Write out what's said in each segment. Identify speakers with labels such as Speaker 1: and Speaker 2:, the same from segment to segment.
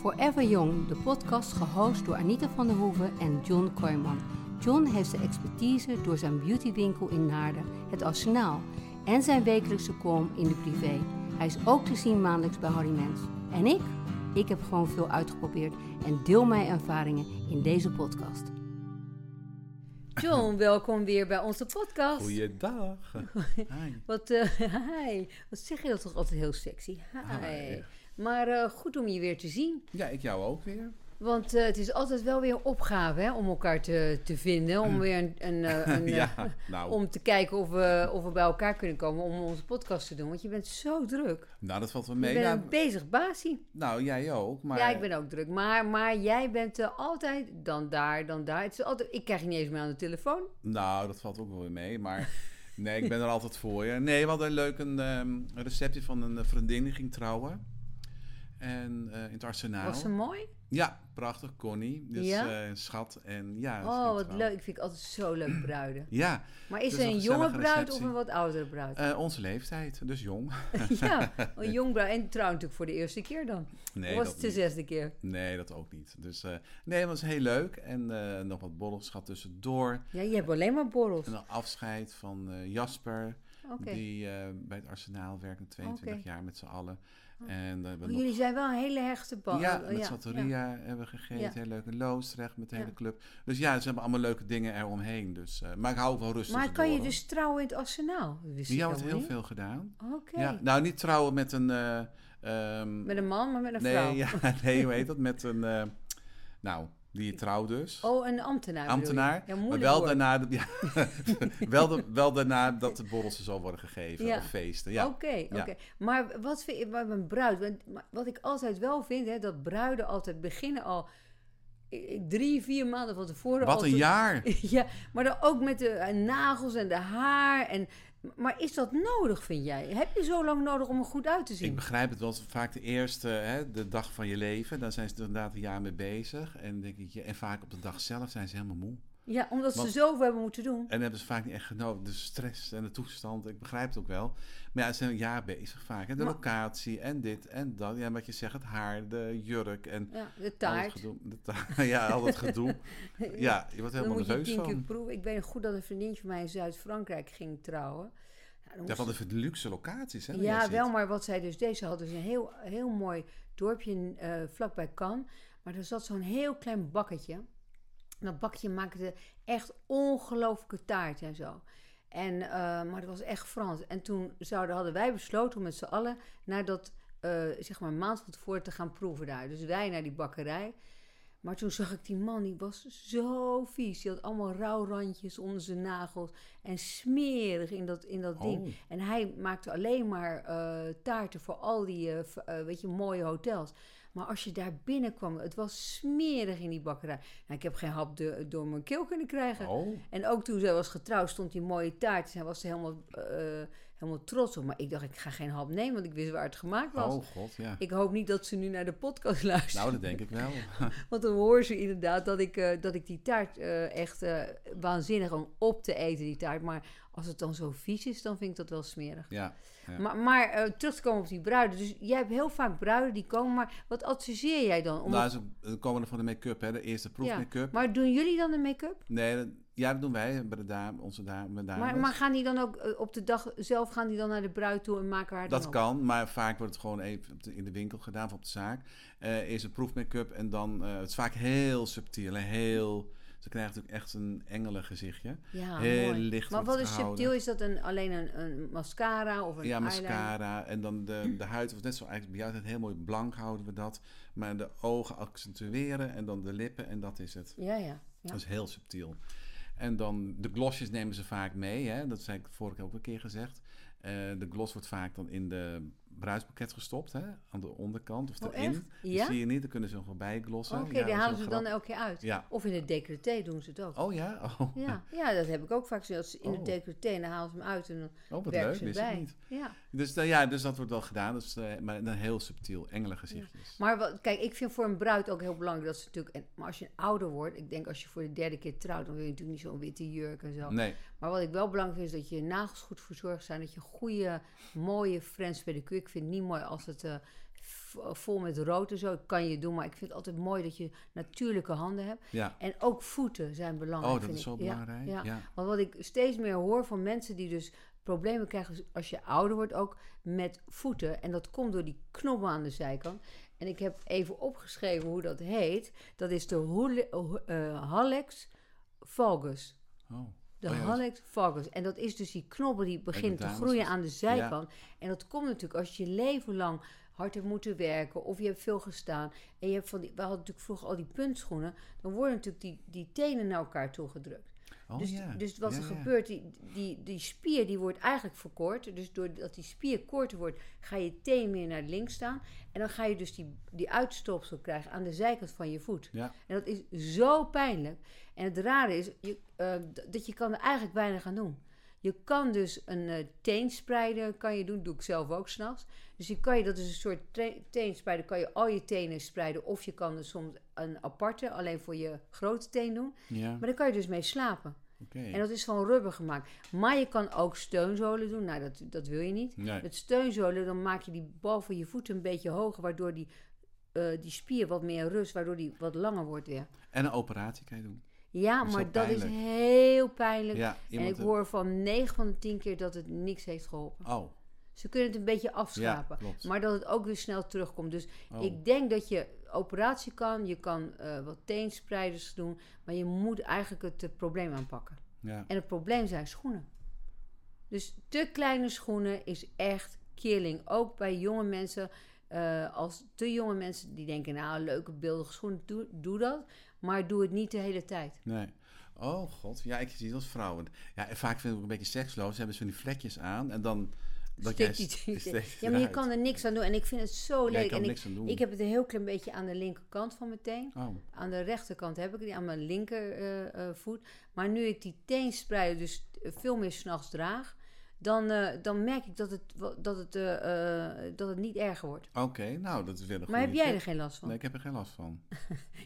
Speaker 1: Forever Young, de podcast gehost door Anita van der Hoeven en John Kooijman. John heeft de expertise door zijn beautywinkel in Naarden, het Arsenaal, en zijn wekelijkse column in de privé. Hij is ook te zien maandelijks bij Harry Mens. En ik? Ik heb gewoon veel uitgeprobeerd en deel mijn ervaringen in deze podcast. John, welkom weer bij onze podcast.
Speaker 2: Goeiedag.
Speaker 3: Hi.
Speaker 1: Wat, eh, hi. Wat zeg je dat toch altijd heel sexy? Hi.
Speaker 2: Hi.
Speaker 1: Maar eh, goed om je weer te zien.
Speaker 2: Ja, ik jou ook weer.
Speaker 1: Want eh, het is altijd wel weer een opgave hè, om elkaar te, te vinden. Om weer een, een, eh, een, eh,
Speaker 2: Mm. ja, nou,
Speaker 1: om te kijken of we, of we bij elkaar kunnen komen om onze podcast te doen. Want je bent zo druk.
Speaker 2: nou, dat valt wel
Speaker 1: Je
Speaker 2: mee.
Speaker 1: bent
Speaker 2: Nou,
Speaker 1: een bezig basie.
Speaker 2: nou, jij ook, maar...
Speaker 1: Ja, ik ben ook druk. Maar, maar jij bent eh, altijd dan daar, dan daar. Het is altijd, ik krijg je niet eens meer aan de telefoon.
Speaker 2: Nou, dat valt ook wel weer mee, maar... Nee, ik ben er altijd voor je. Nee, we hadden leuk een ehm, een receptie van een eh, vriendin die ging trouwen. En eh, in het arsenaal.
Speaker 1: Was ze mooi?
Speaker 2: Ja, prachtig, Connie. Dus
Speaker 1: Ja?
Speaker 2: eh, schat en ja. ze ging
Speaker 1: Oh, wat
Speaker 2: trouwen.
Speaker 1: leuk. Ik vind het altijd zo leuk bruiden.
Speaker 2: Ja,
Speaker 1: Maar is
Speaker 2: Dus
Speaker 1: er
Speaker 2: een
Speaker 1: een jonge
Speaker 2: gezellige
Speaker 1: bruid of
Speaker 2: receptie.
Speaker 1: een wat oudere bruid?
Speaker 2: eh, onze leeftijd, dus jong.
Speaker 1: ja, een jong bruid. En trouw natuurlijk voor de eerste keer dan.
Speaker 2: Nee,
Speaker 1: of was
Speaker 2: dat
Speaker 1: het de
Speaker 2: niet.
Speaker 1: zesde keer?
Speaker 2: Nee, dat ook niet. Dus eh, nee, het was heel leuk. En eh, nog wat borrels gehad tussendoor.
Speaker 1: Ja, je hebt alleen maar borrels.
Speaker 2: En een afscheid van eh, Jasper,
Speaker 1: Oké.
Speaker 2: die eh, bij het Arsenaal werkt, na 22
Speaker 1: Oké.
Speaker 2: jaar met z'n allen. En we
Speaker 1: Oh,
Speaker 2: hebben nog-
Speaker 1: jullie zijn wel een hele hechte band.
Speaker 2: ja, met
Speaker 1: ja.
Speaker 2: Santoria hebben we gegeten.
Speaker 1: Ja.
Speaker 2: Heel leuk in Loosdrecht met de
Speaker 1: Ja.
Speaker 2: hele club. Dus ja, ze hebben allemaal leuke dingen eromheen. Dus, eh, maar ik hou ook wel rustig.
Speaker 1: Maar kan je
Speaker 2: door,
Speaker 1: dus trouwen in het arsenaal? Dat wist
Speaker 2: hoor. Ja,
Speaker 1: ik
Speaker 2: wordt
Speaker 1: helemaal
Speaker 2: heel
Speaker 1: niet.
Speaker 2: veel gedaan.
Speaker 1: Oké.
Speaker 2: Ja, nou, niet trouwen met een... eh, ehm,
Speaker 1: Met een man, maar met een
Speaker 2: nee,
Speaker 1: vrouw.
Speaker 2: Ja, nee, hoe heet dat? Met een... eh, nou, die je trouwt dus.
Speaker 1: Oh, een ambtenaar. bedoel je?
Speaker 2: ambtenaar.
Speaker 1: Ja,
Speaker 2: maar
Speaker 1: moeilijk
Speaker 2: wel
Speaker 1: woord.
Speaker 2: daarna, de- ja, wel, de- wel daarna dat de borrels zo worden gegeven
Speaker 1: Ja.
Speaker 2: of feesten. Ja.
Speaker 1: Oké, oké. Maar wat vind je bij mijn bruid? Want maar wat ik altijd wel vind, hè, dat bruiden altijd beginnen al eh, drie, vier maanden van tevoren. al
Speaker 2: Wat een
Speaker 1: te-
Speaker 2: jaar!
Speaker 1: Ja, maar dan ook met de eh, nagels en de haar. En, maar is dat nodig, vind jij? Heb je zo lang nodig om er goed uit te zien?
Speaker 2: Ik begrijp het wel, het is vaak de eerste, hè, de dag van je leven. Daar zijn ze er inderdaad een jaar mee bezig. En, denk ik, ja, en vaak op de dag zelf zijn ze helemaal moe.
Speaker 1: ja, omdat ze
Speaker 2: Want-
Speaker 1: zoveel hebben moeten doen.
Speaker 2: En hebben ze vaak niet echt genoten. De stress en de toestand, ik begrijp het ook wel. Maar ja, ze zijn een jaar bezig vaak. En de
Speaker 1: Maar-
Speaker 2: locatie en dit en dat. Ja, wat je zegt, het haar, de jurk en...
Speaker 1: Ja, de
Speaker 2: al dat
Speaker 1: taart.
Speaker 2: gedoe. De taart. ja, al dat gedoe. Ja, je wordt
Speaker 1: Dan
Speaker 2: helemaal
Speaker 1: moet je
Speaker 2: nerveus
Speaker 1: tien keer
Speaker 2: van.
Speaker 1: proeven. Ik weet goed dat een vriendinnetje van mij in Zuid-Frankrijk ging trouwen. Nou, dan
Speaker 2: Ja,
Speaker 1: moest
Speaker 2: van de luxe locaties, hè? waar jij
Speaker 1: Ja,
Speaker 2: zit.
Speaker 1: wel, maar wat zij dus deed, ze had dus een heel, heel mooi dorpje in, eh, vlakbij Cannes. Maar er zat zo'n heel klein bakketje. En dat bakketje maakte echt ongelooflijke taart en zo. En, eh, maar dat was echt Frans. En toen zouden, hadden wij besloten om met z'n allen naar dat, eh, zeg maar, een maand van tevoren te gaan proeven daar. Dus wij naar die bakkerij. Maar toen zag ik die man, die was zo vies. Die had allemaal rauwrandjes onder zijn nagels. En smerig in dat, in dat ding.
Speaker 2: Oh.
Speaker 1: En hij maakte alleen maar eh, taarten voor al die eh, v- eh, weet je, mooie hotels. Maar als je daar binnenkwam, het was smerig in die bakkerij. Nou, ik heb geen hap de- door mijn keel kunnen krijgen.
Speaker 2: Oh,
Speaker 1: En ook toen zij was getrouwd, stond die mooie taart. Zij was er helemaal, eh, helemaal trots op. Maar ik dacht, ik ga geen hap nemen, want ik wist waar het gemaakt was.
Speaker 2: oh god, ja.
Speaker 1: Ik hoop niet dat ze nu naar de podcast luistert.
Speaker 2: Nou, dat denk ik wel.
Speaker 1: Want dan horen ze inderdaad dat ik, eh, dat ik die taart eh, echt eh, waanzinnig om op te eten, die taart. Maar als het dan zo vies is, dan vind ik dat wel smerig.
Speaker 2: Ja. Ja.
Speaker 1: Maar, maar eh, terug te komen op die bruiden. Dus jij hebt heel vaak bruiden die komen. Maar wat adviseer jij dan? Om
Speaker 2: Nou, ze- dan komen we van de make-up, hè. De eerste
Speaker 1: Ja,
Speaker 2: proefmake-up.
Speaker 1: Maar doen jullie dan de make-up?
Speaker 2: Nee, dat, ja, dat doen wij bij de dame, onze dame, mijn dames.
Speaker 1: Maar, maar gaan die dan ook eh, op de dag zelf gaan die dan naar de bruid toe en maken haar
Speaker 2: dat
Speaker 1: dan op?
Speaker 2: kan, maar vaak wordt het gewoon even op de- in de winkel gedaan of op de zaak. Eh eerst een proefmake-up en dan... eh, het is vaak heel subtiel en heel... Ze krijgen natuurlijk echt een engelengezichtje.
Speaker 1: Ja,
Speaker 2: heel
Speaker 1: mooi.
Speaker 2: licht
Speaker 1: Maar
Speaker 2: wordt
Speaker 1: wat is
Speaker 2: gehouden.
Speaker 1: subtiel? Is dat een, alleen een, een mascara of een
Speaker 2: Ja,
Speaker 1: eyeliner?
Speaker 2: mascara. En dan de, de huid, of net zo eigenlijk bij jou, is het heel mooi blank houden we dat. Maar de ogen accentueren en dan de lippen en dat is het.
Speaker 1: Ja, ja. ja.
Speaker 2: Dat is heel subtiel. En dan de glossjes nemen ze vaak mee. Hè? Dat zei ik vorige keer ook een keer gezegd. Eh, de gloss wordt vaak dan in de bruidspakket gestopt, hè? aan de onderkant of
Speaker 1: Oh,
Speaker 2: erin.
Speaker 1: echt?
Speaker 2: Die
Speaker 1: Ja?
Speaker 2: zie je niet, dan kunnen ze nog wel bij glossen.
Speaker 1: Oh, Oké, die
Speaker 2: Ja, dat is
Speaker 1: halen
Speaker 2: wel
Speaker 1: ze dan
Speaker 2: grappig.
Speaker 1: elke keer uit.
Speaker 2: Ja.
Speaker 1: Of in het decolleté doen ze het ook.
Speaker 2: Oh ja? Oh,
Speaker 1: Ja, ja, dat heb ik ook vaak gezien. Dat ze in het
Speaker 2: Oh.
Speaker 1: decolleté en dan halen ze hem uit en dan
Speaker 2: oh wat
Speaker 1: werken
Speaker 2: leuk,
Speaker 1: ze
Speaker 2: wist
Speaker 1: erbij.
Speaker 2: ik niet.
Speaker 1: Ja.
Speaker 2: Dus, dan- ja, dus dat wordt wel gedaan, dus, eh, maar dan heel subtiel, engelengezichtjes.
Speaker 1: Maar wat, kijk, ik vind voor een bruid ook heel belangrijk dat ze natuurlijk... En, maar als je ouder wordt, ik denk als je voor de derde keer trouwt... dan wil je natuurlijk niet zo'n witte jurk en zo.
Speaker 2: Nee,
Speaker 1: Maar wat ik wel belangrijk vind, is dat je nagels goed verzorgd zijn. Dat je goede, mooie French pedicure... Ik vind het niet mooi als het eh, vo- vol met rood en zo. Dat kan je doen, maar ik vind het altijd mooi dat je natuurlijke handen hebt.
Speaker 2: Ja.
Speaker 1: En ook voeten zijn belangrijk.
Speaker 2: Oh, dat
Speaker 1: vind
Speaker 2: is zo
Speaker 1: ik. Ja,
Speaker 2: belangrijk.
Speaker 1: ja.
Speaker 2: Ja.
Speaker 1: Want wat ik steeds meer hoor van mensen die dus problemen krijgen als- als je ouder wordt ook met voeten. En dat komt door die knoppen aan de zijkant. En ik heb even opgeschreven hoe dat heet. Dat is de hoele- eh, hallux valgus.
Speaker 2: Oh.
Speaker 1: De
Speaker 2: Oh ja, dat-
Speaker 1: hallux valgus. En dat is dus die knobbel die begint te
Speaker 2: dames
Speaker 1: groeien
Speaker 2: is-
Speaker 1: aan de zijkant. En dat komt natuurlijk als je je leven lang hard hebt moeten werken. Of je hebt veel gestaan. En je hebt van die, we hadden natuurlijk vroeger al die puntschoenen. Dan worden natuurlijk die, die tenen naar elkaar toegedrukt.
Speaker 2: oh,
Speaker 1: dus,
Speaker 2: ja.
Speaker 1: dus wat
Speaker 2: Ja,
Speaker 1: er
Speaker 2: ja.
Speaker 1: gebeurt, die, die, die spier die wordt eigenlijk verkort. Dus doordat die spier korter wordt, ga je teen meer naar links staan. En dan ga je dus die, die uitstopsel krijgen aan de zijkant van je voet.
Speaker 2: Ja.
Speaker 1: En dat is zo pijnlijk. En het rare is je, eh, d- dat je kan er eigenlijk weinig aan doen. Je kan dus een eh, teenspreider kan je doen, doe ik zelf ook s'nachts. Dus je kan je, dat is een soort tre- teenspreider, kan je al je tenen spreiden. Of je kan er soms een aparte, alleen voor je grote teen doen.
Speaker 2: Ja,
Speaker 1: Maar daar kan je dus mee slapen.
Speaker 2: oké.
Speaker 1: En dat is van rubber gemaakt. Maar je kan ook steunzolen doen. Nou, dat, dat wil je niet.
Speaker 2: Nee.
Speaker 1: Met steunzolen, dan maak je die bal van je voet een beetje hoger, waardoor die, eh, die spier wat meer rust, waardoor die wat langer wordt weer.
Speaker 2: En een operatie kan je doen.
Speaker 1: Ja,
Speaker 2: is
Speaker 1: maar
Speaker 2: wel
Speaker 1: dat is
Speaker 2: pijnlijk.
Speaker 1: heel pijnlijk.
Speaker 2: Ja,
Speaker 1: en
Speaker 2: iemand
Speaker 1: ik hoor van 9 van de 10 keer dat het niks heeft geholpen.
Speaker 2: Oh,
Speaker 1: Ze kunnen het een beetje
Speaker 2: ja,
Speaker 1: afschrapen.
Speaker 2: klopt.
Speaker 1: maar dat het ook weer snel terugkomt. Dus
Speaker 2: Oh.
Speaker 1: ik denk dat je operatie kan, je kan eh, wat teenspreiders doen, maar je moet eigenlijk het eh, probleem aanpakken.
Speaker 2: ja.
Speaker 1: En het probleem zijn schoenen. Dus te kleine schoenen is echt killing. Ook bij jonge mensen, eh, als te jonge mensen die denken, nou leuke beeldige schoenen, doe, doe dat. Maar doe het niet de hele tijd.
Speaker 2: Nee. Oh god, ja, ik zie het als vrouwen. Ja, en vaak vind ik het ook een beetje seksloos. Ze hebben zo'n die vlekjes aan en dan... Dat jij
Speaker 1: Steekt die
Speaker 2: st-
Speaker 1: tegen.
Speaker 2: steekt het
Speaker 1: Ja, maar je
Speaker 2: eruit.
Speaker 1: kan er niks aan doen. En ik vind het zo
Speaker 2: Ja, je
Speaker 1: leuk.
Speaker 2: kan
Speaker 1: En
Speaker 2: er
Speaker 1: ik,
Speaker 2: niks aan doen.
Speaker 1: ik heb het een heel klein beetje aan de linkerkant van mijn teen.
Speaker 2: Oh,
Speaker 1: Aan de rechterkant heb ik die, aan mijn linkervoet. maar nu ik die teenspreiden dus veel meer s'nachts draag, dan, eh, dan merk ik dat het, wa- dat, het, eh, eh, dat het niet erger wordt.
Speaker 2: oké. Nou, dat is wel een
Speaker 1: Maar heb
Speaker 2: goede
Speaker 1: jij
Speaker 2: tip.
Speaker 1: er geen last van?
Speaker 2: Nee, ik heb er geen last van.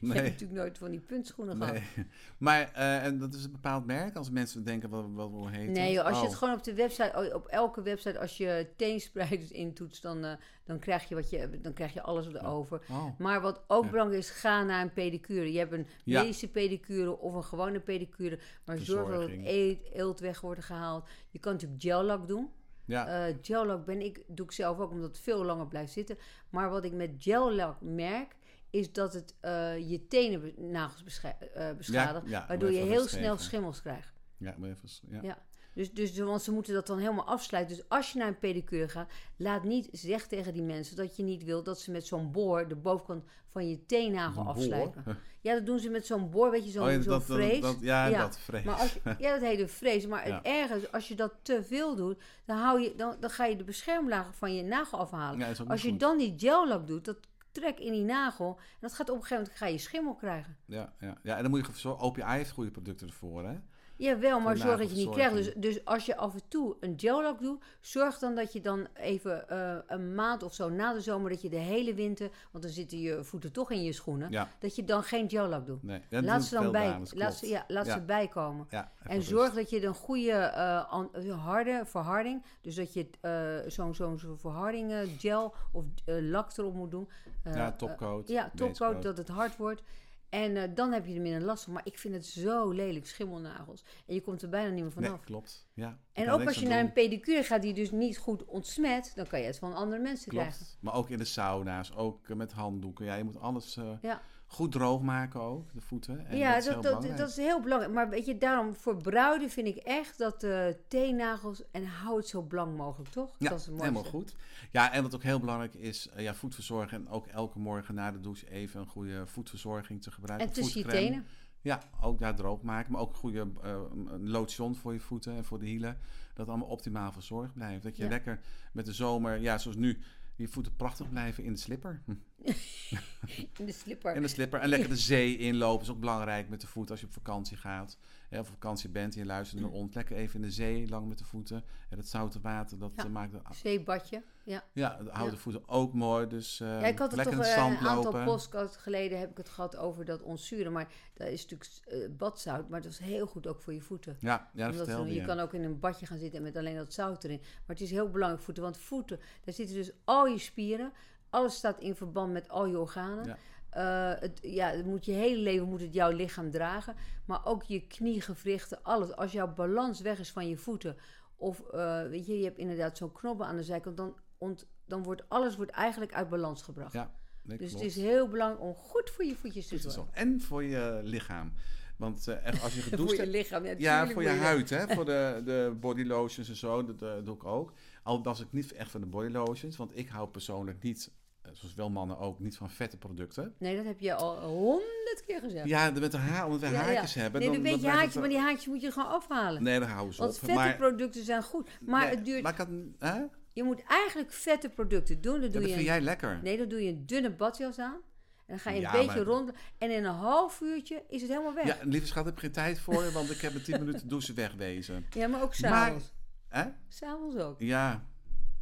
Speaker 1: Je hebt
Speaker 2: nee.
Speaker 1: natuurlijk nooit van die puntschoenen
Speaker 2: Nee.
Speaker 1: gehad.
Speaker 2: Maar eh, en dat is een bepaald merk als mensen denken wat wat hoe heet.
Speaker 1: Nee,
Speaker 2: dat?
Speaker 1: joh, als je
Speaker 2: Oh.
Speaker 1: het gewoon op de website, op elke website, als je teenspreiders intoetst, dan, eh, dan, krijg je wat je, dan krijg je alles erover.
Speaker 2: Oh.
Speaker 1: Maar wat ook
Speaker 2: Ja.
Speaker 1: belangrijk is, ga naar een pedicure. Je hebt een
Speaker 2: Ja.
Speaker 1: medische pedicure of een gewone pedicure. Maar zorg dat het
Speaker 2: Verzorging.
Speaker 1: eelt, eelt weg wordt gehaald. Je kan natuurlijk gel lak doen.
Speaker 2: Ja.
Speaker 1: Eh, gel lak ben ik, doe ik zelf ook, omdat het veel langer blijft zitten. Maar wat ik met gel lak merk, is dat het eh, je tenennagels bescha- eh, beschadigt.
Speaker 2: ja, maar
Speaker 1: waardoor je
Speaker 2: even
Speaker 1: heel
Speaker 2: rust
Speaker 1: snel
Speaker 2: geven.
Speaker 1: schimmels krijgt.
Speaker 2: ja, maar even, s- ja.
Speaker 1: Ja. Dus, dus, want ze moeten dat dan helemaal afsluiten. Dus als je naar een pedicure gaat, laat niet, zeg tegen die mensen dat je niet wil dat ze met zo'n boor de bovenkant van je teennagel
Speaker 2: Een boor?
Speaker 1: afslijpen. Ja, dat doen ze met zo'n boor, weet je, zo'n
Speaker 2: Oh, ja,
Speaker 1: zo'n
Speaker 2: dat, dat-
Speaker 1: vrees.
Speaker 2: dat- ja,
Speaker 1: Ja,
Speaker 2: dat vrees.
Speaker 1: maar als, ja, dat hele vrees. Maar
Speaker 2: Ja.
Speaker 1: het erge is, als je dat te veel doet, dan, hou je, dan, dan ga je de beschermlaag van je nagel afhalen.
Speaker 2: Ja, is ook niet
Speaker 1: als je
Speaker 2: goed.
Speaker 1: dan die gel lak doet, dat trekt in die nagel. En dat gaat op een gegeven moment ga je schimmel krijgen.
Speaker 2: Ja, ja. ja, en dan moet je zo OPI heeft goede producten ervoor, hè?
Speaker 1: Jawel, maar
Speaker 2: Voor
Speaker 1: zorg dat je niet krijgt. Dus,
Speaker 2: nagelverzorging.
Speaker 1: dus als je af en toe een gellak doet, zorg dan dat je dan even eh, een maand of zo na de zomer, dat je de hele winter, want dan zitten je voeten toch in je schoenen,
Speaker 2: Ja.
Speaker 1: dat je dan geen gellak doet.
Speaker 2: Nee, dat doen
Speaker 1: laat ze dan
Speaker 2: veel
Speaker 1: bij,
Speaker 2: dames,
Speaker 1: laat ze,
Speaker 2: klopt.
Speaker 1: ja, laat
Speaker 2: Ja.
Speaker 1: ze bijkomen.
Speaker 2: Ja,
Speaker 1: En
Speaker 2: even
Speaker 1: zorg
Speaker 2: rust.
Speaker 1: dat je een goede eh, an- eh, harde verharding, dus dat je eh, zo'n zo'n zo'n verharding eh, gel of eh, lak erop moet doen. Eh,
Speaker 2: ja,
Speaker 1: eh,
Speaker 2: topcoat.
Speaker 1: ja, topcoat,
Speaker 2: beenscoat.
Speaker 1: dat het hard wordt. En eh, dan heb je er minder last van. Maar ik vind het zo lelijk, schimmelnagels. En je komt er bijna niet meer vanaf.
Speaker 2: Nee, klopt. Ja. je
Speaker 1: en
Speaker 2: kan
Speaker 1: ook
Speaker 2: niks
Speaker 1: als je
Speaker 2: aan
Speaker 1: naar
Speaker 2: doen.
Speaker 1: een pedicure gaat die dus niet goed ontsmet, dan kan je het van andere mensen krijgen.
Speaker 2: Klopt. Maar ook in de sauna's, ook eh, met handdoeken. Ja, je moet alles eh,
Speaker 1: Ja.
Speaker 2: goed droog maken ook, de voeten. En
Speaker 1: ja,
Speaker 2: dat is
Speaker 1: dat,
Speaker 2: heel
Speaker 1: dat,
Speaker 2: belangrijk.
Speaker 1: dat is heel belangrijk. Maar weet je, daarom voor bruiden vind ik echt dat eh teennagels en hou het zo blank mogelijk, toch?
Speaker 2: Ja,
Speaker 1: dat is het mooiste.
Speaker 2: helemaal goed. Ja, en wat ook heel belangrijk is, eh, ja, voetverzorgen. En ook elke morgen na de douche even een goede voetverzorging te gebruiken.
Speaker 1: En tussen je
Speaker 2: Voetcrème.
Speaker 1: tenen.
Speaker 2: Ja, ook daar droog maken. Maar ook een goede eh, een lotion voor je voeten en voor de hielen. Dat allemaal optimaal verzorgd blijft. Dat je
Speaker 1: Ja.
Speaker 2: lekker met de zomer, ja, zoals nu, je voeten prachtig blijven in de slipper.
Speaker 1: In de slipper.
Speaker 2: In de slipper. En lekker de zee inlopen is ook belangrijk met de voeten als je op vakantie gaat. Hè, of op vakantie bent en je luistert naar ons. Lekker even in de zee lang met de voeten. En het zoute water, dat
Speaker 1: Ja.
Speaker 2: eh, maakt de
Speaker 1: Zeebadje. Ja.
Speaker 2: ja, dat houdt
Speaker 1: Ja.
Speaker 2: de voeten ook mooi. Dus eh,
Speaker 1: Ja, ik had het
Speaker 2: lekker
Speaker 1: toch
Speaker 2: in
Speaker 1: eh,
Speaker 2: het zand
Speaker 1: een aantal
Speaker 2: lopen.
Speaker 1: postcards geleden heb ik het gehad over dat onzuren. Maar dat is natuurlijk eh, badzout, maar dat is heel goed ook voor je voeten.
Speaker 2: Ja, ja, dat
Speaker 1: Omdat
Speaker 2: vertelde
Speaker 1: ze-
Speaker 2: je.
Speaker 1: je kan ook in een badje gaan zitten met alleen dat zout erin. Maar het is heel belangrijk voeten, want voeten, daar zitten dus al je spieren, Alles staat in verband met al je organen.
Speaker 2: Ja.
Speaker 1: Eh, het, ja, het moet je hele leven moet het jouw lichaam dragen. Maar ook je kniegewrichten, alles. Als jouw balans weg is van je voeten. Of eh, weet je, je hebt inderdaad zo'n knoppen aan de zijkant. Dan, ont, dan wordt alles wordt eigenlijk uit balans gebracht.
Speaker 2: Ja, nee,
Speaker 1: dus
Speaker 2: klopt.
Speaker 1: het is heel belangrijk om goed voor je voetjes te
Speaker 2: Goed
Speaker 1: zorgen.
Speaker 2: zo. En voor je lichaam. Want eh, echt, als je
Speaker 1: voor
Speaker 2: gedoucht
Speaker 1: je
Speaker 2: hebt...
Speaker 1: lichaam. Ja,
Speaker 2: Ja,
Speaker 1: tuurlijk
Speaker 2: voor je
Speaker 1: moet
Speaker 2: huid, hè? voor de, de body lotions en zo, dat eh, doe ik ook. Al was ik niet echt van de body lotions, want ik hou persoonlijk niet, eh, zoals wel mannen ook, niet van vette producten.
Speaker 1: Nee, dat heb je al honderd keer gezegd.
Speaker 2: Ja, de- met de haar, omdat we
Speaker 1: Ja, ja.
Speaker 2: haartjes hebben.
Speaker 1: nee,
Speaker 2: dan-
Speaker 1: dan weet je
Speaker 2: dan blijft
Speaker 1: haartjes,
Speaker 2: het,
Speaker 1: maar
Speaker 2: eh,
Speaker 1: die haartjes moet je gewoon afhalen.
Speaker 2: Nee, daar houden ze
Speaker 1: Want
Speaker 2: op.
Speaker 1: vette producten zijn goed. Maar
Speaker 2: nee,
Speaker 1: het duurt,
Speaker 2: Maar ik had, een- hè? Ja,
Speaker 1: je moet eigenlijk vette producten doen. Dan doe
Speaker 2: dat
Speaker 1: je
Speaker 2: vind
Speaker 1: een,
Speaker 2: jij lekker.
Speaker 1: nee, dan doe je een dunne badjas aan. En dan ga je een
Speaker 2: Ja,
Speaker 1: beetje
Speaker 2: maar-
Speaker 1: rond. En in een half uurtje is het helemaal weg.
Speaker 2: Ja,
Speaker 1: Ja,
Speaker 2: lieve schat, ik heb geen tijd voor je, want ik heb in 10 minuten douchen wegwezen.
Speaker 1: maar ook
Speaker 2: Maar-
Speaker 1: s'avonds.
Speaker 2: Hè?
Speaker 1: S'avonds ook.
Speaker 2: Ja,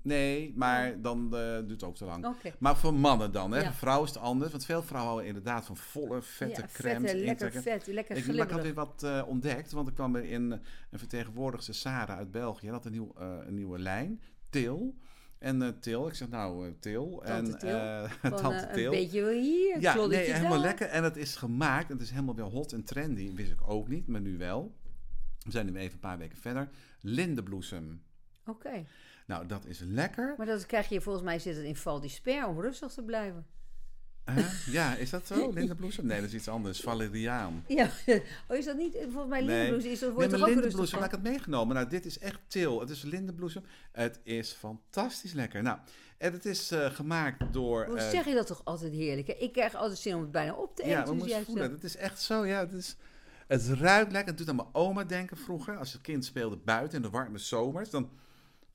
Speaker 2: nee, maar dan eh, duurt het ook te lang.
Speaker 1: Oké.
Speaker 2: Maar voor mannen dan, hè?
Speaker 1: Ja.
Speaker 2: Voor vrouwen is het anders. Want veel vrouwen houden inderdaad van volle, vette
Speaker 1: ja, vet,
Speaker 2: crèmes.
Speaker 1: hè, lekker
Speaker 2: intrekken.
Speaker 1: vet, lekker
Speaker 2: ik, maar ik had
Speaker 1: glibberig.
Speaker 2: weer wat eh, ontdekt, want ik kwam weer in eh, een vertegenwoordigster, Sarah uit België. Hij had een, nieuw, eh, een nieuwe lijn, Til. En eh, Til, ik zeg nou eh, Til.
Speaker 1: Tante
Speaker 2: en,
Speaker 1: Til.
Speaker 2: eh,
Speaker 1: Van, eh,
Speaker 2: Tante
Speaker 1: een
Speaker 2: Til.
Speaker 1: beetje hier, een
Speaker 2: Ja, nee,
Speaker 1: kloddertje
Speaker 2: helemaal
Speaker 1: daar.
Speaker 2: lekker. En het is gemaakt. Het is helemaal weer hot en trendy. Wist ik ook niet, maar nu wel. We zijn nu even een paar weken verder. Lindenbloesem.
Speaker 1: Oké.
Speaker 2: Nou, dat is lekker.
Speaker 1: Maar dat krijg je volgens mij zit het in Val d'Isère om rustig te blijven.
Speaker 2: Hè? ja, is dat zo? Lindenbloesem? Nee, dat is iets anders. Valeriaan.
Speaker 1: Ja, oh, is dat niet? Volgens mij
Speaker 2: Nee.
Speaker 1: lindenbloes is dat
Speaker 2: Nee,
Speaker 1: wordt
Speaker 2: maar
Speaker 1: toch ook rustig
Speaker 2: lindenbloesem,
Speaker 1: van?
Speaker 2: laat ik het meegenomen. Nou, dit is echt til. Het is lindenbloesem. Het is fantastisch lekker. Nou, en het is eh, gemaakt door...
Speaker 1: Hoe
Speaker 2: eh,
Speaker 1: zeg je dat toch altijd heerlijk? Hè? Ik krijg altijd zin om het bijna op te eten.
Speaker 2: Ja, we
Speaker 1: dus
Speaker 2: moeten
Speaker 1: jij
Speaker 2: het voelen.
Speaker 1: zegt-
Speaker 2: Het is echt zo, ja. Het, is, het ruikt lekker. Het doet aan mijn oma denken vroeger. Als het kind speelde buiten in de warme zomers, dan...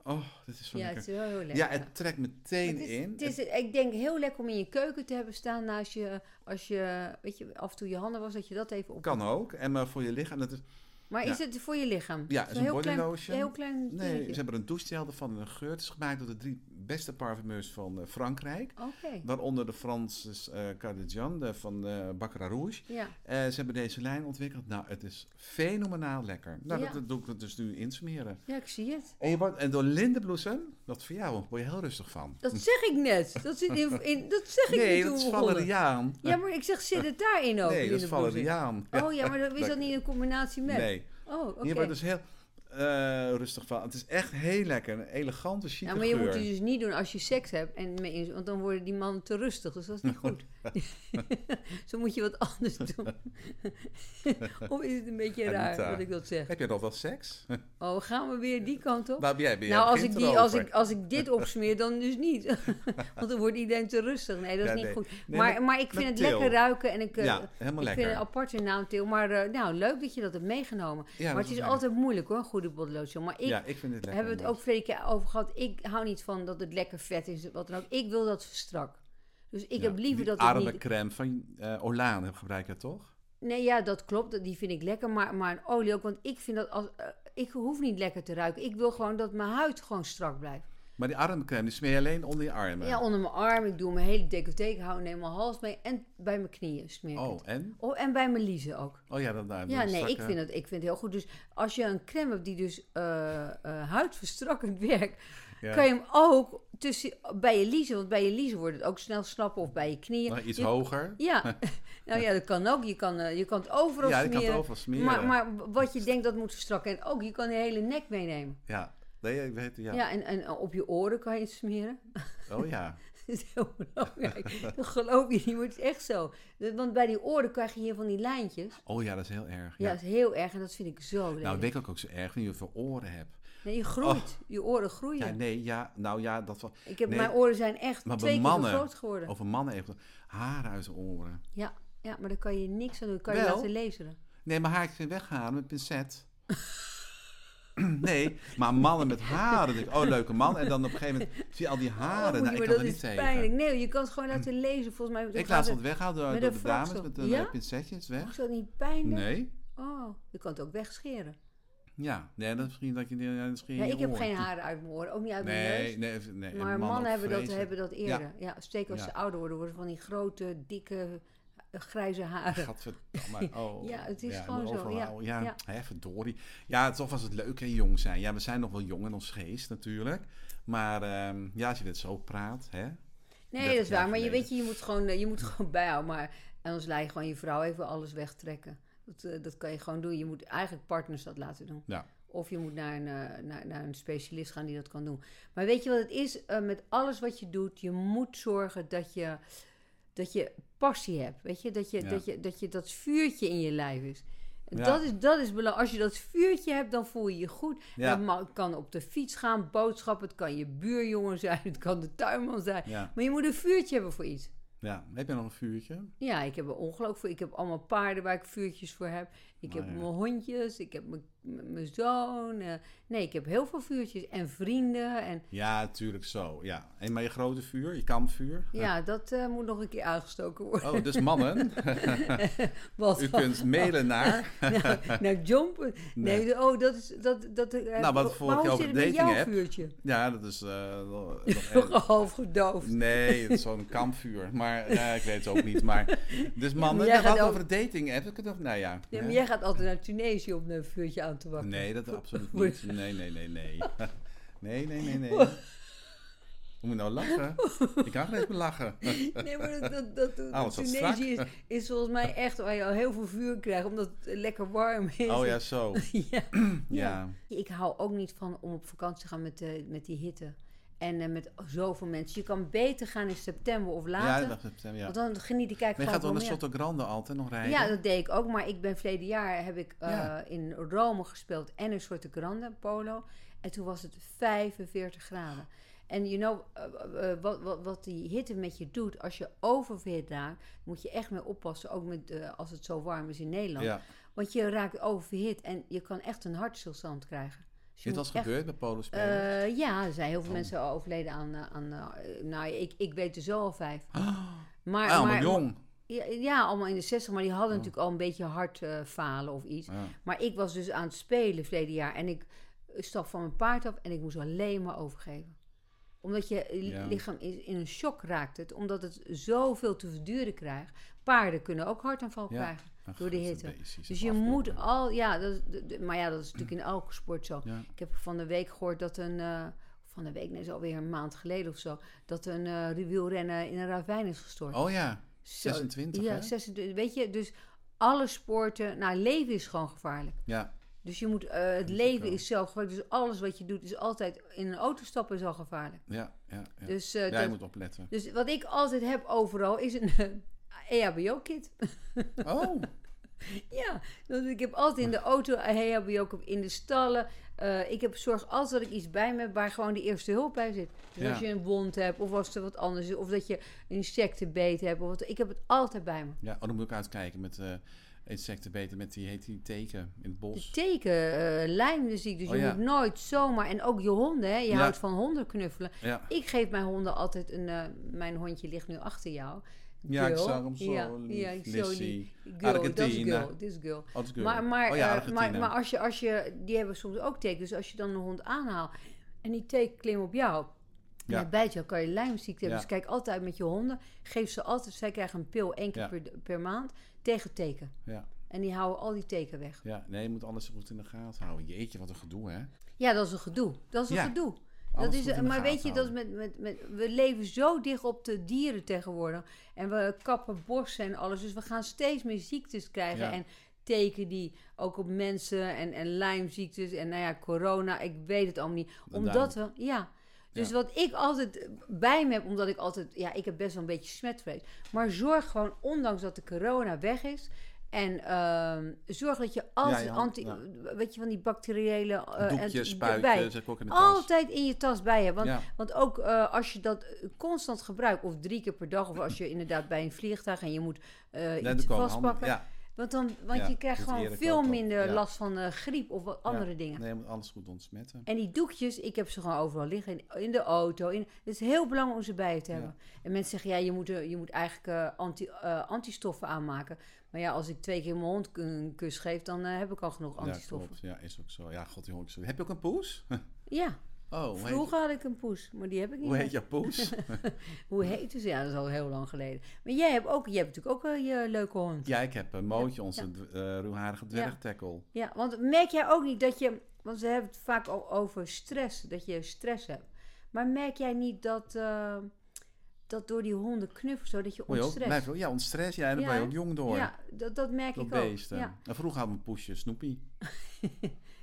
Speaker 2: Oh, dit is zo
Speaker 1: ja, het
Speaker 2: lekker.
Speaker 1: is wel heel lekker.
Speaker 2: ja, het trekt meteen
Speaker 1: Het is-
Speaker 2: in.
Speaker 1: het is, ik denk heel lekker om in je keuken te hebben staan naast je, als je, weet je, af en toe je handen was, dat je dat even op.
Speaker 2: Het kan ook. En maar voor je lichaam, dat is...
Speaker 1: Maar
Speaker 2: ja.
Speaker 1: is het voor je lichaam?
Speaker 2: Ja,
Speaker 1: Zo'n
Speaker 2: is een
Speaker 1: heel
Speaker 2: body
Speaker 1: klein,
Speaker 2: lotion.
Speaker 1: Heel klein
Speaker 2: Nee,
Speaker 1: dingetje.
Speaker 2: ze hebben er een douchegel ervan en een geur. Het is gemaakt door de drie beste parfumeurs van eh, Frankrijk.
Speaker 1: Oké.
Speaker 2: Waaronder de Francis eh Cardigan de, van eh Baccarat Rouge.
Speaker 1: Ja.
Speaker 2: Eh, ze hebben deze lijn ontwikkeld. Nou, het is fenomenaal lekker. Nou,
Speaker 1: Ja.
Speaker 2: dat, dat doe ik dus nu insmeren.
Speaker 1: ja, ik zie het.
Speaker 2: En, je wordt, en door lindenbloesem, dat voor jou, word je heel rustig van.
Speaker 1: Dat zeg ik net. Dat, zit in, in, dat zeg ik
Speaker 2: Hm. Nee,
Speaker 1: niet
Speaker 2: dat
Speaker 1: toen
Speaker 2: is
Speaker 1: we begonnen.
Speaker 2: valeriaan.
Speaker 1: Ja, maar ik zeg, zit het daarin ook?
Speaker 2: nee,
Speaker 1: lindenbloes
Speaker 2: dat is
Speaker 1: in?
Speaker 2: valeriaan.
Speaker 1: Oh ja, maar dan is
Speaker 2: dat-
Speaker 1: dat niet in combinatie met?
Speaker 2: Nee,
Speaker 1: Oh, oké.
Speaker 2: je wordt dus heel eh, rustig van. Het is echt heel lekker. Een elegante, chique
Speaker 1: Ja, maar je
Speaker 2: geur.
Speaker 1: moet het dus niet doen als je seks hebt. En mee in, want dan worden die mannen te rustig. Dus dat is niet goed. Zo moet je wat anders doen. of is het een beetje raar
Speaker 2: Anita.
Speaker 1: dat ik dat zeg?
Speaker 2: Heb je nog wel seks?
Speaker 1: Oh, gaan we weer die kant op?
Speaker 2: Waar ben jij? Ben jij
Speaker 1: nou, als
Speaker 2: begint
Speaker 1: ik, die,
Speaker 2: erover.
Speaker 1: als, ik, als ik dit opsmeer, dan dus niet. want dan wordt iedereen te rustig. Nee, dat is
Speaker 2: Ja,
Speaker 1: niet
Speaker 2: nee.
Speaker 1: goed.
Speaker 2: Nee,
Speaker 1: maar,
Speaker 2: maar-
Speaker 1: maar ik vind
Speaker 2: maar
Speaker 1: het
Speaker 2: Til.
Speaker 1: lekker ruiken. En ik, eh,
Speaker 2: ja, helemaal
Speaker 1: ik
Speaker 2: lekker.
Speaker 1: vind het een aparte naam, Til. Maar eh, nou, leuk dat je dat hebt meegenomen.
Speaker 2: Ja, dat
Speaker 1: maar het
Speaker 2: is
Speaker 1: is
Speaker 2: lekker.
Speaker 1: altijd moeilijk hoor, een goede bodylotion. Maar ik
Speaker 2: ja, ik vind het lekker.
Speaker 1: hebben we het ook vele keer over gehad. Ik hou niet van dat het lekker vet is, wat dan ook. Ik wil dat strak. Dus ik heb liever dat het
Speaker 2: arme
Speaker 1: niet...
Speaker 2: crème van eh Olaan heb gebruik je toch?
Speaker 1: Nee, ja, dat klopt. dat- Die vind ik lekker. Maar, maar een olie ook. Want ik vind dat als... eh, ik hoef niet lekker te ruiken. Ik wil gewoon dat mijn huid gewoon strak blijft.
Speaker 2: Maar die armcrème, die smeer je alleen onder je armen.
Speaker 1: Ja, onder mijn arm. Ik doe mijn hele decolleté. Ik hou neem mijn hals mee. En bij mijn knieën smeer ik het.
Speaker 2: oh, en?
Speaker 1: Oh, en bij mijn liezen ook.
Speaker 2: Oh ja, dan daar.
Speaker 1: Ja, nee, ik vind, het, ik vind het heel goed. Dus als je een crème hebt die dus eh, eh, huidverstrakkend werkt,
Speaker 2: Ja.
Speaker 1: kan je hem ook tussen, bij je liezen, want bij je liezen wordt het ook snel slappen of bij je knieën.
Speaker 2: Maar Nou, iets
Speaker 1: Je-
Speaker 2: hoger.
Speaker 1: Ja, nou ja, dat kan ook. Je kan, eh, je kan het overal
Speaker 2: Ja, ik
Speaker 1: smeren.
Speaker 2: kan het overal smeren.
Speaker 1: Maar, maar wat je denkt, dat moet verstrakken. En ook, je kan de hele nek meenemen.
Speaker 2: Ja, nee, ik weet het,
Speaker 1: Ja,
Speaker 2: ja.
Speaker 1: en, en op je oren kan je het smeren.
Speaker 2: Oh ja.
Speaker 1: Dat is heel belangrijk. dat geloof je niet, maar het is echt zo. Dat- Want bij die oren krijg je hier van die lijntjes.
Speaker 2: Oh ja, dat is heel erg.
Speaker 1: Ja,
Speaker 2: Ja.
Speaker 1: dat is heel erg en dat vind ik zo leuk.
Speaker 2: nou, weet ik ook zo erg, wanneer je veel oren hebt.
Speaker 1: Nee, je groeit. Je oren groeien.
Speaker 2: Oh. Ja, nee, ja, nou ja, dat wel.
Speaker 1: Ik heb,
Speaker 2: Nee.
Speaker 1: Mijn oren zijn echt
Speaker 2: Maar
Speaker 1: twee
Speaker 2: bij
Speaker 1: keer zo
Speaker 2: mannen,
Speaker 1: groot geworden.
Speaker 2: over mannen even, haren uit de oren.
Speaker 1: Ja, ja, maar daar kan je niks aan doen. Kan je
Speaker 2: Wel.
Speaker 1: laten lezen.
Speaker 2: Nee, maar haartjes zijn weghalen met pincet. nee, maar mannen met haren, denk ik, oh leuke man. En dan op een gegeven moment zie je al die
Speaker 1: Oh,
Speaker 2: haren, nou, ik kan er niet tegen. Hm.
Speaker 1: pijnlijk. Nee, je kan het gewoon laten lezen. Volgens mij
Speaker 2: Ik laat ze wat weghalen door,
Speaker 1: met
Speaker 2: door
Speaker 1: een
Speaker 2: de dames
Speaker 1: vlaksel.
Speaker 2: met een
Speaker 1: Ja?
Speaker 2: eh, pincetje, is weg.
Speaker 1: Is dat niet pijnlijk?
Speaker 2: Nee.
Speaker 1: Oh, je kan het ook wegscheren.
Speaker 2: Ja, nee, dat is misschien dat je ja, misschien
Speaker 1: Ja,
Speaker 2: je
Speaker 1: ik heb
Speaker 2: oren.
Speaker 1: geen haren uit mijn oren. Ook niet uit mijn
Speaker 2: Nee,
Speaker 1: neus.
Speaker 2: nee, even- nee. en
Speaker 1: Maar mannen,
Speaker 2: ook
Speaker 1: hebben, dat,
Speaker 2: vreselijk.
Speaker 1: hebben dat eerder. Ja, zeker als
Speaker 2: Ja.
Speaker 1: ze ouder worden. Worden ze van die grote, dikke, eh, grijze haren.
Speaker 2: Gadverdamme, oh.
Speaker 1: Ja, het is
Speaker 2: ik
Speaker 1: gewoon
Speaker 2: moet
Speaker 1: zo,
Speaker 2: overal
Speaker 1: ja,
Speaker 2: houden. Ja,
Speaker 1: ja.
Speaker 2: Hè, verdorie. Ja, toch was het leuk en jong zijn. Ja, we zijn nog wel jong in ons geest natuurlijk. Maar ehm, ja, als je dit zo praat, hè.
Speaker 1: Nee,
Speaker 2: 30
Speaker 1: dat is waar.
Speaker 2: jaar
Speaker 1: Maar je
Speaker 2: geleden.
Speaker 1: weet je, je moet gewoon, eh, je moet gewoon bijhouden. Maar anders laat je gewoon je vrouw even alles wegtrekken. Dat, eh, dat kan je gewoon doen. Je moet eigenlijk partners dat laten doen.
Speaker 2: Ja.
Speaker 1: Of je moet naar een, eh, naar, naar een specialist gaan die dat kan doen. Maar weet je wat het is? Eh, met alles wat je doet, je moet zorgen dat je, dat je passie hebt. Weet je? Dat, je,
Speaker 2: Ja.
Speaker 1: dat je, dat je dat vuurtje in je lijf is. En
Speaker 2: Ja.
Speaker 1: Dat is, dat is belangrijk. Als je dat vuurtje hebt, dan voel je je goed.
Speaker 2: Ja.
Speaker 1: Dat ma- kan op de fiets gaan, boodschappen. Het kan je buurjongen zijn, het kan de tuinman zijn.
Speaker 2: Ja,
Speaker 1: Maar je moet een vuurtje hebben voor iets.
Speaker 2: ja. Heb je nog een vuurtje?
Speaker 1: Ja, ik heb er ongeloof voor. Ik heb allemaal paarden waar ik vuurtjes voor heb. Ik heb
Speaker 2: Nou ja.
Speaker 1: mijn hondjes, ik heb mijn- mijn mijn zoon. eh, nee, ik heb heel veel vuurtjes. En vrienden. En
Speaker 2: Ja, natuurlijk zo. Ja. En maar je grote vuur, je kampvuur.
Speaker 1: ja, dat eh, moet nog een keer aangestoken worden.
Speaker 2: Oh, dus mannen,
Speaker 1: Wat
Speaker 2: Oh, u kunt mailen naar.
Speaker 1: nou, nou, jumpen. Nee, oh, dat is... Dat, dat, eh,
Speaker 2: Nou, wat
Speaker 1: maar
Speaker 2: voor ik
Speaker 1: hoe
Speaker 2: over
Speaker 1: zit het met
Speaker 2: dating
Speaker 1: jouw
Speaker 2: heb.
Speaker 1: vuurtje?
Speaker 2: Ja, dat is. eh, nog- nog-
Speaker 1: Toch half gedoofd.
Speaker 2: Nee, het is zo'n kampvuur. Maar eh, ik weet het ook niet. Maar, dus mannen,
Speaker 1: jij
Speaker 2: ja,
Speaker 1: gaat
Speaker 2: gaat
Speaker 1: ook-
Speaker 2: over de dating app. Ik dacht, nou ja.
Speaker 1: Nee,
Speaker 2: ja.
Speaker 1: maar jij gaat altijd naar Tunesië om een vuurtje aan te wakken.
Speaker 2: Nee, dat absoluut
Speaker 1: Voor-
Speaker 2: niet. Nee, nee, nee, nee. Nee, nee, nee, nee. Hoe moet ik nou lachen? Ik kan geen eens meer lachen.
Speaker 1: Nee, maar dat, dat, dat, dat-
Speaker 2: Alles Oh, wat
Speaker 1: Tunesië is, is volgens mij echt waar je al heel veel vuur krijgt, omdat het lekker warm is.
Speaker 2: Oh ja, zo.
Speaker 1: Ja.
Speaker 2: Ja.
Speaker 1: Ik hou ook niet van om op vakantie te gaan met, eh, met die hitte. En eh, met zoveel mensen. Je kan beter gaan in september of
Speaker 2: Ja,
Speaker 1: later.
Speaker 2: dat september, ja.
Speaker 1: Want dan geniet ik eigenlijk
Speaker 2: Maar je gaat wel
Speaker 1: gewoon
Speaker 2: naar
Speaker 1: veel meer.
Speaker 2: Sotto Grande altijd nog rijden?
Speaker 1: Ja, dat deed ik ook. Maar ik ben verleden jaar heb ik eh,
Speaker 2: Ja.
Speaker 1: in Rome gespeeld en een soort grande polo. En toen was het 45 graden. En you know, eh, eh, wat, wat, wat die hitte met je doet, als je oververhit raakt, moet je echt mee oppassen. Ook met, eh, als het zo warm is in Nederland.
Speaker 2: Ja.
Speaker 1: Want je raakt oververhit en je kan echt een hartstilstand krijgen. Dus je
Speaker 2: Dit
Speaker 1: moet
Speaker 2: was
Speaker 1: echt-
Speaker 2: gebeurd bij Polo spelen.
Speaker 1: Eh, ja, er zijn heel
Speaker 2: Oh.
Speaker 1: veel mensen al overleden aan... eh, aan eh, nou, ik, ik weet er zo al vijf. Maar,
Speaker 2: ah, maar
Speaker 1: maar,
Speaker 2: jong. Oh.
Speaker 1: ja, ja, allemaal in de 60, maar die hadden natuurlijk al een beetje hartfalen falen of iets.
Speaker 2: Ja.
Speaker 1: Maar ik was dus aan het spelen verleden jaar en ik stap van mijn paard af en ik moest alleen maar overgeven. Omdat je li-
Speaker 2: Ja.
Speaker 1: lichaam in, in een shock raakt het, omdat het zoveel te verduren krijgt. Paarden kunnen ook hartaanval
Speaker 2: Ja.
Speaker 1: krijgen
Speaker 2: Ach,
Speaker 1: door de
Speaker 2: dat is
Speaker 1: hitte.
Speaker 2: een beestje,
Speaker 1: Dus
Speaker 2: zo'n
Speaker 1: je
Speaker 2: afkomen.
Speaker 1: moet al, ja, dat, is- de- de- maar ja, dat is natuurlijk in elke sport zo.
Speaker 2: Ja.
Speaker 1: Ik heb van de week gehoord dat een, eh, van de week, nee, is alweer een maand geleden of zo, dat een eh wielrenner in een ravijn is gestort.
Speaker 2: Oh ja,
Speaker 1: Zo-
Speaker 2: 26
Speaker 1: ja,
Speaker 2: hè?
Speaker 1: 26. Weet je, dus alle sporten... Nou, leven is gewoon gevaarlijk.
Speaker 2: Ja,
Speaker 1: Dus je moet... eh, het leven is zelf gevaarlijk. Dus alles wat je doet is altijd... In een auto stappen is al gevaarlijk.
Speaker 2: ja, ja. ja.
Speaker 1: Dus, eh,
Speaker 2: ja, je
Speaker 1: dat-
Speaker 2: moet opletten.
Speaker 1: dus wat ik altijd heb overal is een... eh, EHBO-kit.
Speaker 2: Oh,
Speaker 1: ja, dus ik heb altijd in de auto een E EHBO, in de stallen. Eh, ik heb zorg altijd dat ik iets bij me heb waar gewoon de eerste hulp bij zit. Dus
Speaker 2: Ja.
Speaker 1: als je een wond hebt, of als er wat anders is, of dat je een insectenbeet hebt. Of wat, ik heb het altijd bij me.
Speaker 2: ja, oh, dan moet ik uitkijken met eh insectenbeten, met die, heet die teken in het
Speaker 1: De
Speaker 2: bos.
Speaker 1: teken, eh, lijmmuziek. Dus
Speaker 2: Oh,
Speaker 1: je
Speaker 2: ja.
Speaker 1: moet nooit zomaar. En ook je honden, hè? Je
Speaker 2: Ja.
Speaker 1: houdt van honden knuffelen.
Speaker 2: Ja, Oh,
Speaker 1: Ik geef mijn honden altijd een. eh, mijn hondje ligt nu achter jou.
Speaker 2: ja ik
Speaker 1: Girl.
Speaker 2: zag hem zo. lief.
Speaker 1: ja, ik zo
Speaker 2: Lissy.
Speaker 1: lief. Girl, dat is
Speaker 2: Argentina.
Speaker 1: girl, this girl.
Speaker 2: Oh, dat is good.
Speaker 1: Maar, maar,
Speaker 2: oh, ja,
Speaker 1: eh, maar,
Speaker 2: Argentina.
Speaker 1: maar als, je, als je, die hebben soms ook teken. Dus als je dan een hond aanhaalt en die teken klimt op jou,
Speaker 2: Ja.
Speaker 1: ja. bijt jou, kan je lijmziekte hebben.
Speaker 2: Ja.
Speaker 1: Dus kijk altijd met je honden. Geef ze altijd, zij krijgen een pil één keer
Speaker 2: Ja.
Speaker 1: per, per maand tegen teken.
Speaker 2: ja,
Speaker 1: En die houden al die teken weg.
Speaker 2: ja, nee, je moet alles goed in de gaten houden. Jeetje, wat een gedoe, hè?
Speaker 1: Ja, dat is een gedoe. Dat is een
Speaker 2: Ja.
Speaker 1: gedoe.
Speaker 2: Alles
Speaker 1: Dat
Speaker 2: goed in
Speaker 1: is, eh,
Speaker 2: de
Speaker 1: maar
Speaker 2: gaten
Speaker 1: weet je, dat is met, met, met, we leven zo dicht op de dieren tegenwoordig. En we kappen borsten en alles. Dus we gaan steeds meer ziektes krijgen.
Speaker 2: Ja.
Speaker 1: En teken die ook op mensen en, en lijmziektes en nou ja, corona. Ik weet het allemaal niet. Omdat we, ja. Dus
Speaker 2: Ja.
Speaker 1: wat ik altijd bij me heb, omdat ik altijd, ja, ik heb best wel een beetje smetvrees. Maar zorg gewoon, ondanks dat de corona weg is. En ehm, zorg dat je altijd
Speaker 2: ja,
Speaker 1: anti,
Speaker 2: ja.
Speaker 1: weet je, van die bacteriële eh, en
Speaker 2: Doekjes,
Speaker 1: erbij.
Speaker 2: spuitjes, zet ik ook in de tas.
Speaker 1: Altijd in je tas bij je. Want,
Speaker 2: Ja.
Speaker 1: want ook eh, als je dat eh, constant gebruikt, of drie keer per dag, of als je inderdaad bij een vliegtuig en je moet eh,
Speaker 2: Nee,
Speaker 1: iets
Speaker 2: er komen handen-
Speaker 1: vastpakken.
Speaker 2: Ja,
Speaker 1: Want, dan, want
Speaker 2: Ja,
Speaker 1: je krijgt
Speaker 2: dus
Speaker 1: gewoon
Speaker 2: eerder
Speaker 1: veel
Speaker 2: kant op.
Speaker 1: minder
Speaker 2: Ja.
Speaker 1: last van eh, griep of wat andere dingen.
Speaker 2: nee, je moet alles goed ontsmetten.
Speaker 1: En die doekjes, ik heb ze gewoon overal liggen. In, in de auto. In, het is heel belangrijk om ze bij je te hebben. En mensen zeggen, ja, je moet, eh, je moet eigenlijk eh, anti, eh, antistoffen aanmaken. Maar ja, als ik twee keer mijn hond een kus geef, dan eh, heb ik al genoeg
Speaker 2: Ja,
Speaker 1: antistoffen.
Speaker 2: klopt. Ja, is ook zo. Ja, god, die hoor ik zo. Heb je ook een poes?
Speaker 1: Ja,
Speaker 2: Oh, hoe heet,
Speaker 1: vroeger had ik een poes, maar die heb ik niet
Speaker 2: hoe
Speaker 1: meer.
Speaker 2: heet jouw poes?
Speaker 1: Hoe heet ze? Ja, dat is al heel lang geleden. Maar jij hebt, ook, jij hebt natuurlijk ook eh, je leuke hond. Ja.
Speaker 2: ja, ik heb een mootje, onze d- eh, ruwharige dwergtackle.
Speaker 1: want merk jij ook niet dat je... Want ze hebben het vaak al over stress, dat je stress hebt. Maar merk jij niet dat, eh, dat door die honden knuffelen, zodat je
Speaker 2: Word je ook, blijf
Speaker 1: ontstrest.
Speaker 2: je ook- ja, ontstress. Ja, daar
Speaker 1: Ja,
Speaker 2: ben je
Speaker 1: hè?
Speaker 2: ook jong door.
Speaker 1: Ja, dat, dat merk
Speaker 2: dat
Speaker 1: ik ook.
Speaker 2: beest. hè.
Speaker 1: Ja.
Speaker 2: En vroeger had mijn poesje Snoepie.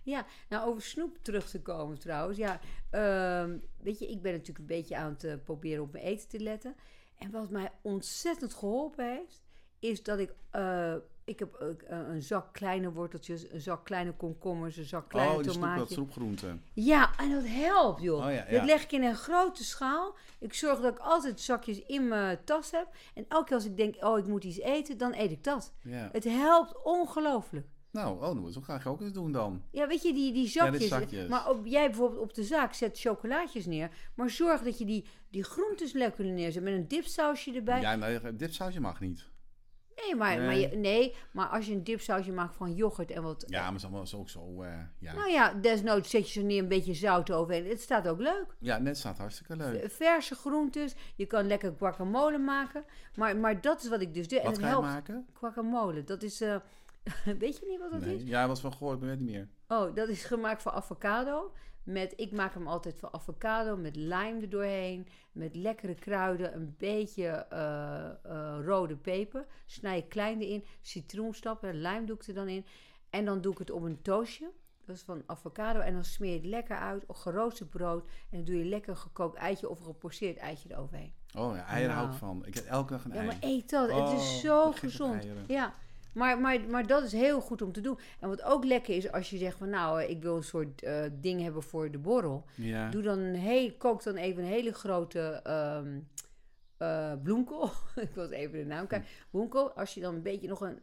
Speaker 1: Ja, nou over snoep terug te komen trouwens. Ja, ehm, weet je, ik ben natuurlijk een beetje aan het eh, proberen op mijn eten te letten. En wat mij ontzettend geholpen heeft, is dat ik, eh, ik heb ook, eh, een zak kleine worteltjes, een zak kleine komkommers, een zak kleine
Speaker 2: oh, die snoep, dat
Speaker 1: tomaatjes.
Speaker 2: snoepgroente.
Speaker 1: Ja, en dat helpt, joh.
Speaker 2: Oh, ja, ja.
Speaker 1: Dat leg ik in een grote schaal. Ik zorg dat ik altijd zakjes in mijn tas heb. En elke keer als ik denk, oh, ik moet iets eten, dan eet ik dat.
Speaker 2: Ja.
Speaker 1: Het helpt ongelooflijk.
Speaker 2: Nou, oh, nou, zo ga ik ook eens doen dan.
Speaker 1: Ja, weet je, die, die
Speaker 2: Ja,
Speaker 1: zakjes.
Speaker 2: die zakjes.
Speaker 1: Maar op, jij bijvoorbeeld op de zaak zet chocolaatjes neer. Maar zorg dat je die, die groentes lekker neerzet. Met een dipsausje erbij.
Speaker 2: Ja, nee, dit sausje mag niet.
Speaker 1: Nee, maar, Maar
Speaker 2: Nee.
Speaker 1: je, nee, maar als je een dipsausje maakt van yoghurt en wat...
Speaker 2: Ja, maar het is allemaal zo ook zo. eh, ja.
Speaker 1: Nou ja, desnoods zet je er neer een beetje zout overheen. Het staat ook leuk.
Speaker 2: ja, net staat hartstikke leuk.
Speaker 1: Verse groentes. Je kan lekker guacamole maken. Maar, maar dat is wat ik dus doe. en
Speaker 2: Wat
Speaker 1: het
Speaker 2: ga je
Speaker 1: helpt.
Speaker 2: maken?
Speaker 1: Guacamole, dat is... eh, weet je niet wat dat is?
Speaker 2: Nee. Ja, was van gehoord, maar weet niet meer.
Speaker 1: Oh, dat is gemaakt van avocado. Met, ik maak hem altijd van avocado met lijm erdoorheen. Met lekkere kruiden, een beetje eh, eh, rode peper. Snij ik klein erin, citroenstappen, lijm doe ik er dan in. En dan doe ik het op een toastje. Dat is van avocado. En dan smeer je het lekker uit op geroosterd brood. En dan doe je lekker gekookt eitje of geposeerd eitje eroverheen.
Speaker 2: Oh ja, eieren hou ik
Speaker 1: Nou.
Speaker 2: van. Ik heb elke dag een
Speaker 1: Ja,
Speaker 2: ei.
Speaker 1: maar eet dat. het
Speaker 2: Oh,
Speaker 1: is zo
Speaker 2: wat gek op
Speaker 1: gezond.
Speaker 2: eieren.
Speaker 1: Ja, maar, maar, maar dat is heel goed om te doen. En wat ook lekker is als je zegt van nou, eh, ik wil een soort eh, ding hebben voor de borrel.
Speaker 2: Ja.
Speaker 1: Doe dan een heel, kook dan even een hele grote ehm, eh, bloemkool. ik was even de naam kijken.
Speaker 2: Hm.
Speaker 1: Bloemkool, als je dan een beetje nog, een,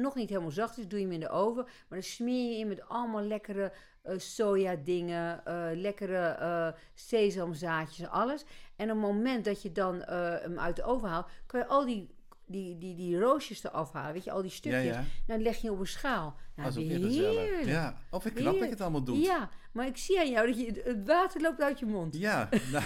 Speaker 1: nog niet helemaal zacht is, doe je hem in de oven. Maar dan smeer je in met allemaal lekkere eh soja dingen, lekkere eh, sesamzaadjes, alles. En op het moment dat je dan eh, hem uit de oven haalt, kan je al die, die, die, die roosjes eraf halen. Weet je, al die
Speaker 2: ja,
Speaker 1: stukjes.
Speaker 2: ja.
Speaker 1: Dan leg je op een schaal. Nou,
Speaker 2: Dat is ook weer
Speaker 1: heerlijk.
Speaker 2: gezellig. Ja. Of ik knap dat ik het allemaal doe.
Speaker 1: Ja, maar ik zie aan jou dat je, het water loopt uit je mond.
Speaker 2: Ja. nou,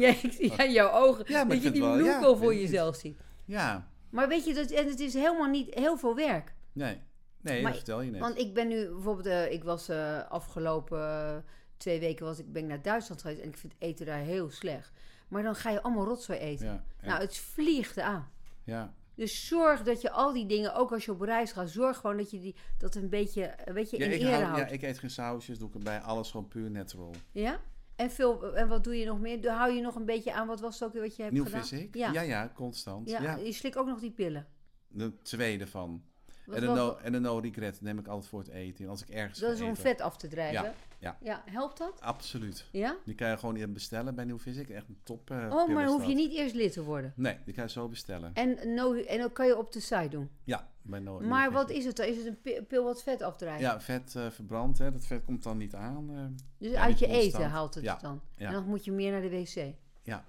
Speaker 1: Ja, ik zie aan jouw ogen
Speaker 2: Ja, maar
Speaker 1: dat je
Speaker 2: ik vind
Speaker 1: die
Speaker 2: wel- ja,
Speaker 1: bloemkool
Speaker 2: ik
Speaker 1: voor
Speaker 2: weet het
Speaker 1: jezelf ziet.
Speaker 2: ja.
Speaker 1: Maar weet je, dat, en het is helemaal niet heel veel werk.
Speaker 2: Nee. Nee,
Speaker 1: Maar-
Speaker 2: dat vertel je net.
Speaker 1: Want ik ben nu bijvoorbeeld, eh, ik was eh, afgelopen eh, twee weken was ik, ben ik naar Duitsland geweest en ik vind eten daar heel slecht. Maar dan ga je allemaal rotzooi eten.
Speaker 2: ja, ja,
Speaker 1: Nou, het vliegt aan.
Speaker 2: ja.
Speaker 1: Dus zorg dat je al die dingen, ook als je op reis gaat, zorg gewoon dat je die, dat een beetje, eh, weet je,
Speaker 2: Ja,
Speaker 1: in
Speaker 2: ik,
Speaker 1: ere
Speaker 2: hou- ja,
Speaker 1: houdt.
Speaker 2: ik eet geen sausjes, doe ik erbij. Alles gewoon puur natural.
Speaker 1: Ja? En, veel, en wat doe je nog meer? Hou je nog een beetje aan, wat was het ook weer wat je hebt
Speaker 2: Nieuw
Speaker 1: gedaan?
Speaker 2: vis ik?
Speaker 1: Ja.
Speaker 2: ja, constant.
Speaker 1: Ja,
Speaker 2: Ja,
Speaker 1: je slikt ook nog die pillen.
Speaker 2: De tweede van.
Speaker 1: Wat-
Speaker 2: en, een
Speaker 1: wat-
Speaker 2: no, en een no regret neem ik altijd voor het eten. Als ik ergens
Speaker 1: dat
Speaker 2: ga
Speaker 1: is om
Speaker 2: eten.
Speaker 1: vet af te drijven.
Speaker 2: Ja, ja.
Speaker 1: helpt dat?
Speaker 2: Absoluut.
Speaker 1: Ja?
Speaker 2: Die kan je gewoon hier bestellen bij Nieuw Visik. Echt een top eh,
Speaker 1: Oh, maar
Speaker 2: pillen is
Speaker 1: hoef je
Speaker 2: dat.
Speaker 1: niet eerst lid te worden.
Speaker 2: Nee, die kan je zo bestellen.
Speaker 1: En, no, en dat kan je op de site doen.
Speaker 2: Ja, bij no, Nieuw
Speaker 1: Maar
Speaker 2: Visik.
Speaker 1: wat is het dan? Is het een pi- pil wat vet afdrijft?
Speaker 2: Ja, vet eh verbrand. Hè. Dat vet komt dan niet aan. eh.
Speaker 1: Dus
Speaker 2: Ja,
Speaker 1: uit
Speaker 2: niet
Speaker 1: je
Speaker 2: constant.
Speaker 1: eten haalt het
Speaker 2: Ja,
Speaker 1: dan.
Speaker 2: ja.
Speaker 1: En dan moet je meer naar de wc.
Speaker 2: Ja.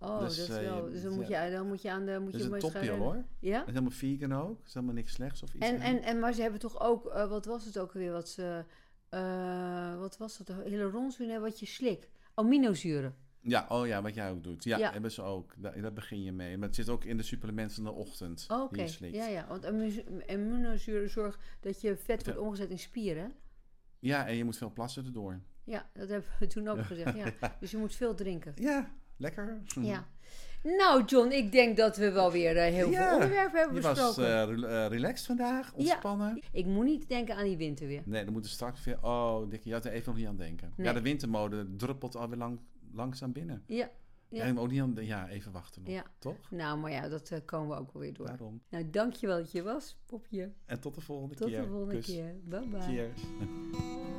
Speaker 1: Oh,
Speaker 2: Dus,
Speaker 1: dat is
Speaker 2: eh,
Speaker 1: wel.
Speaker 2: je-
Speaker 1: Dus dan, moet
Speaker 2: ja.
Speaker 1: je, dan moet je aan de. Moet
Speaker 2: dat
Speaker 1: je
Speaker 2: is een
Speaker 1: maar eens gaan
Speaker 2: toppil
Speaker 1: rennen.
Speaker 2: hoor. Dat
Speaker 1: Ja?
Speaker 2: is helemaal vegan ook. Dat is helemaal niks slechts of iets.
Speaker 1: En,
Speaker 2: aan.
Speaker 1: en, en, maar ze hebben toch ook. eh, wat was het ook weer? Wat, ze, eh, wat was dat? Hyaluronzuur, wat je slik. Aminozuren.
Speaker 2: Ja, oh ja, wat jij ook doet. Ja,
Speaker 1: Ja.
Speaker 2: hebben ze ook. Daar, daar begin je mee. Maar het zit ook in de supplementen van de ochtend.
Speaker 1: Oh,
Speaker 2: die
Speaker 1: Oké,
Speaker 2: je slikt.
Speaker 1: ja, ja. Want immu- immunozuren zorgt dat je vet wordt
Speaker 2: Ja.
Speaker 1: omgezet in spieren. hè?
Speaker 2: Ja, en je moet veel plassen erdoor.
Speaker 1: Ja, dat hebben we toen ook gezegd. Ja. Dus je moet veel drinken.
Speaker 2: Ja, lekker. Hm.
Speaker 1: Ja. Nou, John, ik denk dat we wel weer eh, heel
Speaker 2: Ja,
Speaker 1: veel onderwerpen hebben
Speaker 2: Je was
Speaker 1: besproken.
Speaker 2: eh, rel- eh, relaxed vandaag, ontspannen.
Speaker 1: Ik moet niet denken aan die winter weer.
Speaker 2: Nee, dan moeten straks weer... Oh, Dikkie, je had er even nog niet aan denken. Ja,
Speaker 1: Nee.
Speaker 2: de wintermode druppelt alweer lang, langzaam binnen.
Speaker 1: Ja. Ja.
Speaker 2: Ja. ook niet aan, ja, even wachten nog,
Speaker 1: Ja.
Speaker 2: toch?
Speaker 1: Nou, maar ja, dat eh, komen we ook wel weer door.
Speaker 2: Daarom.
Speaker 1: Nou, dankjewel dat je was, Popje.
Speaker 2: En tot de volgende
Speaker 1: Tot
Speaker 2: keer.
Speaker 1: de volgende
Speaker 2: Kus.
Speaker 1: keer. Bye bye.
Speaker 2: Cheers.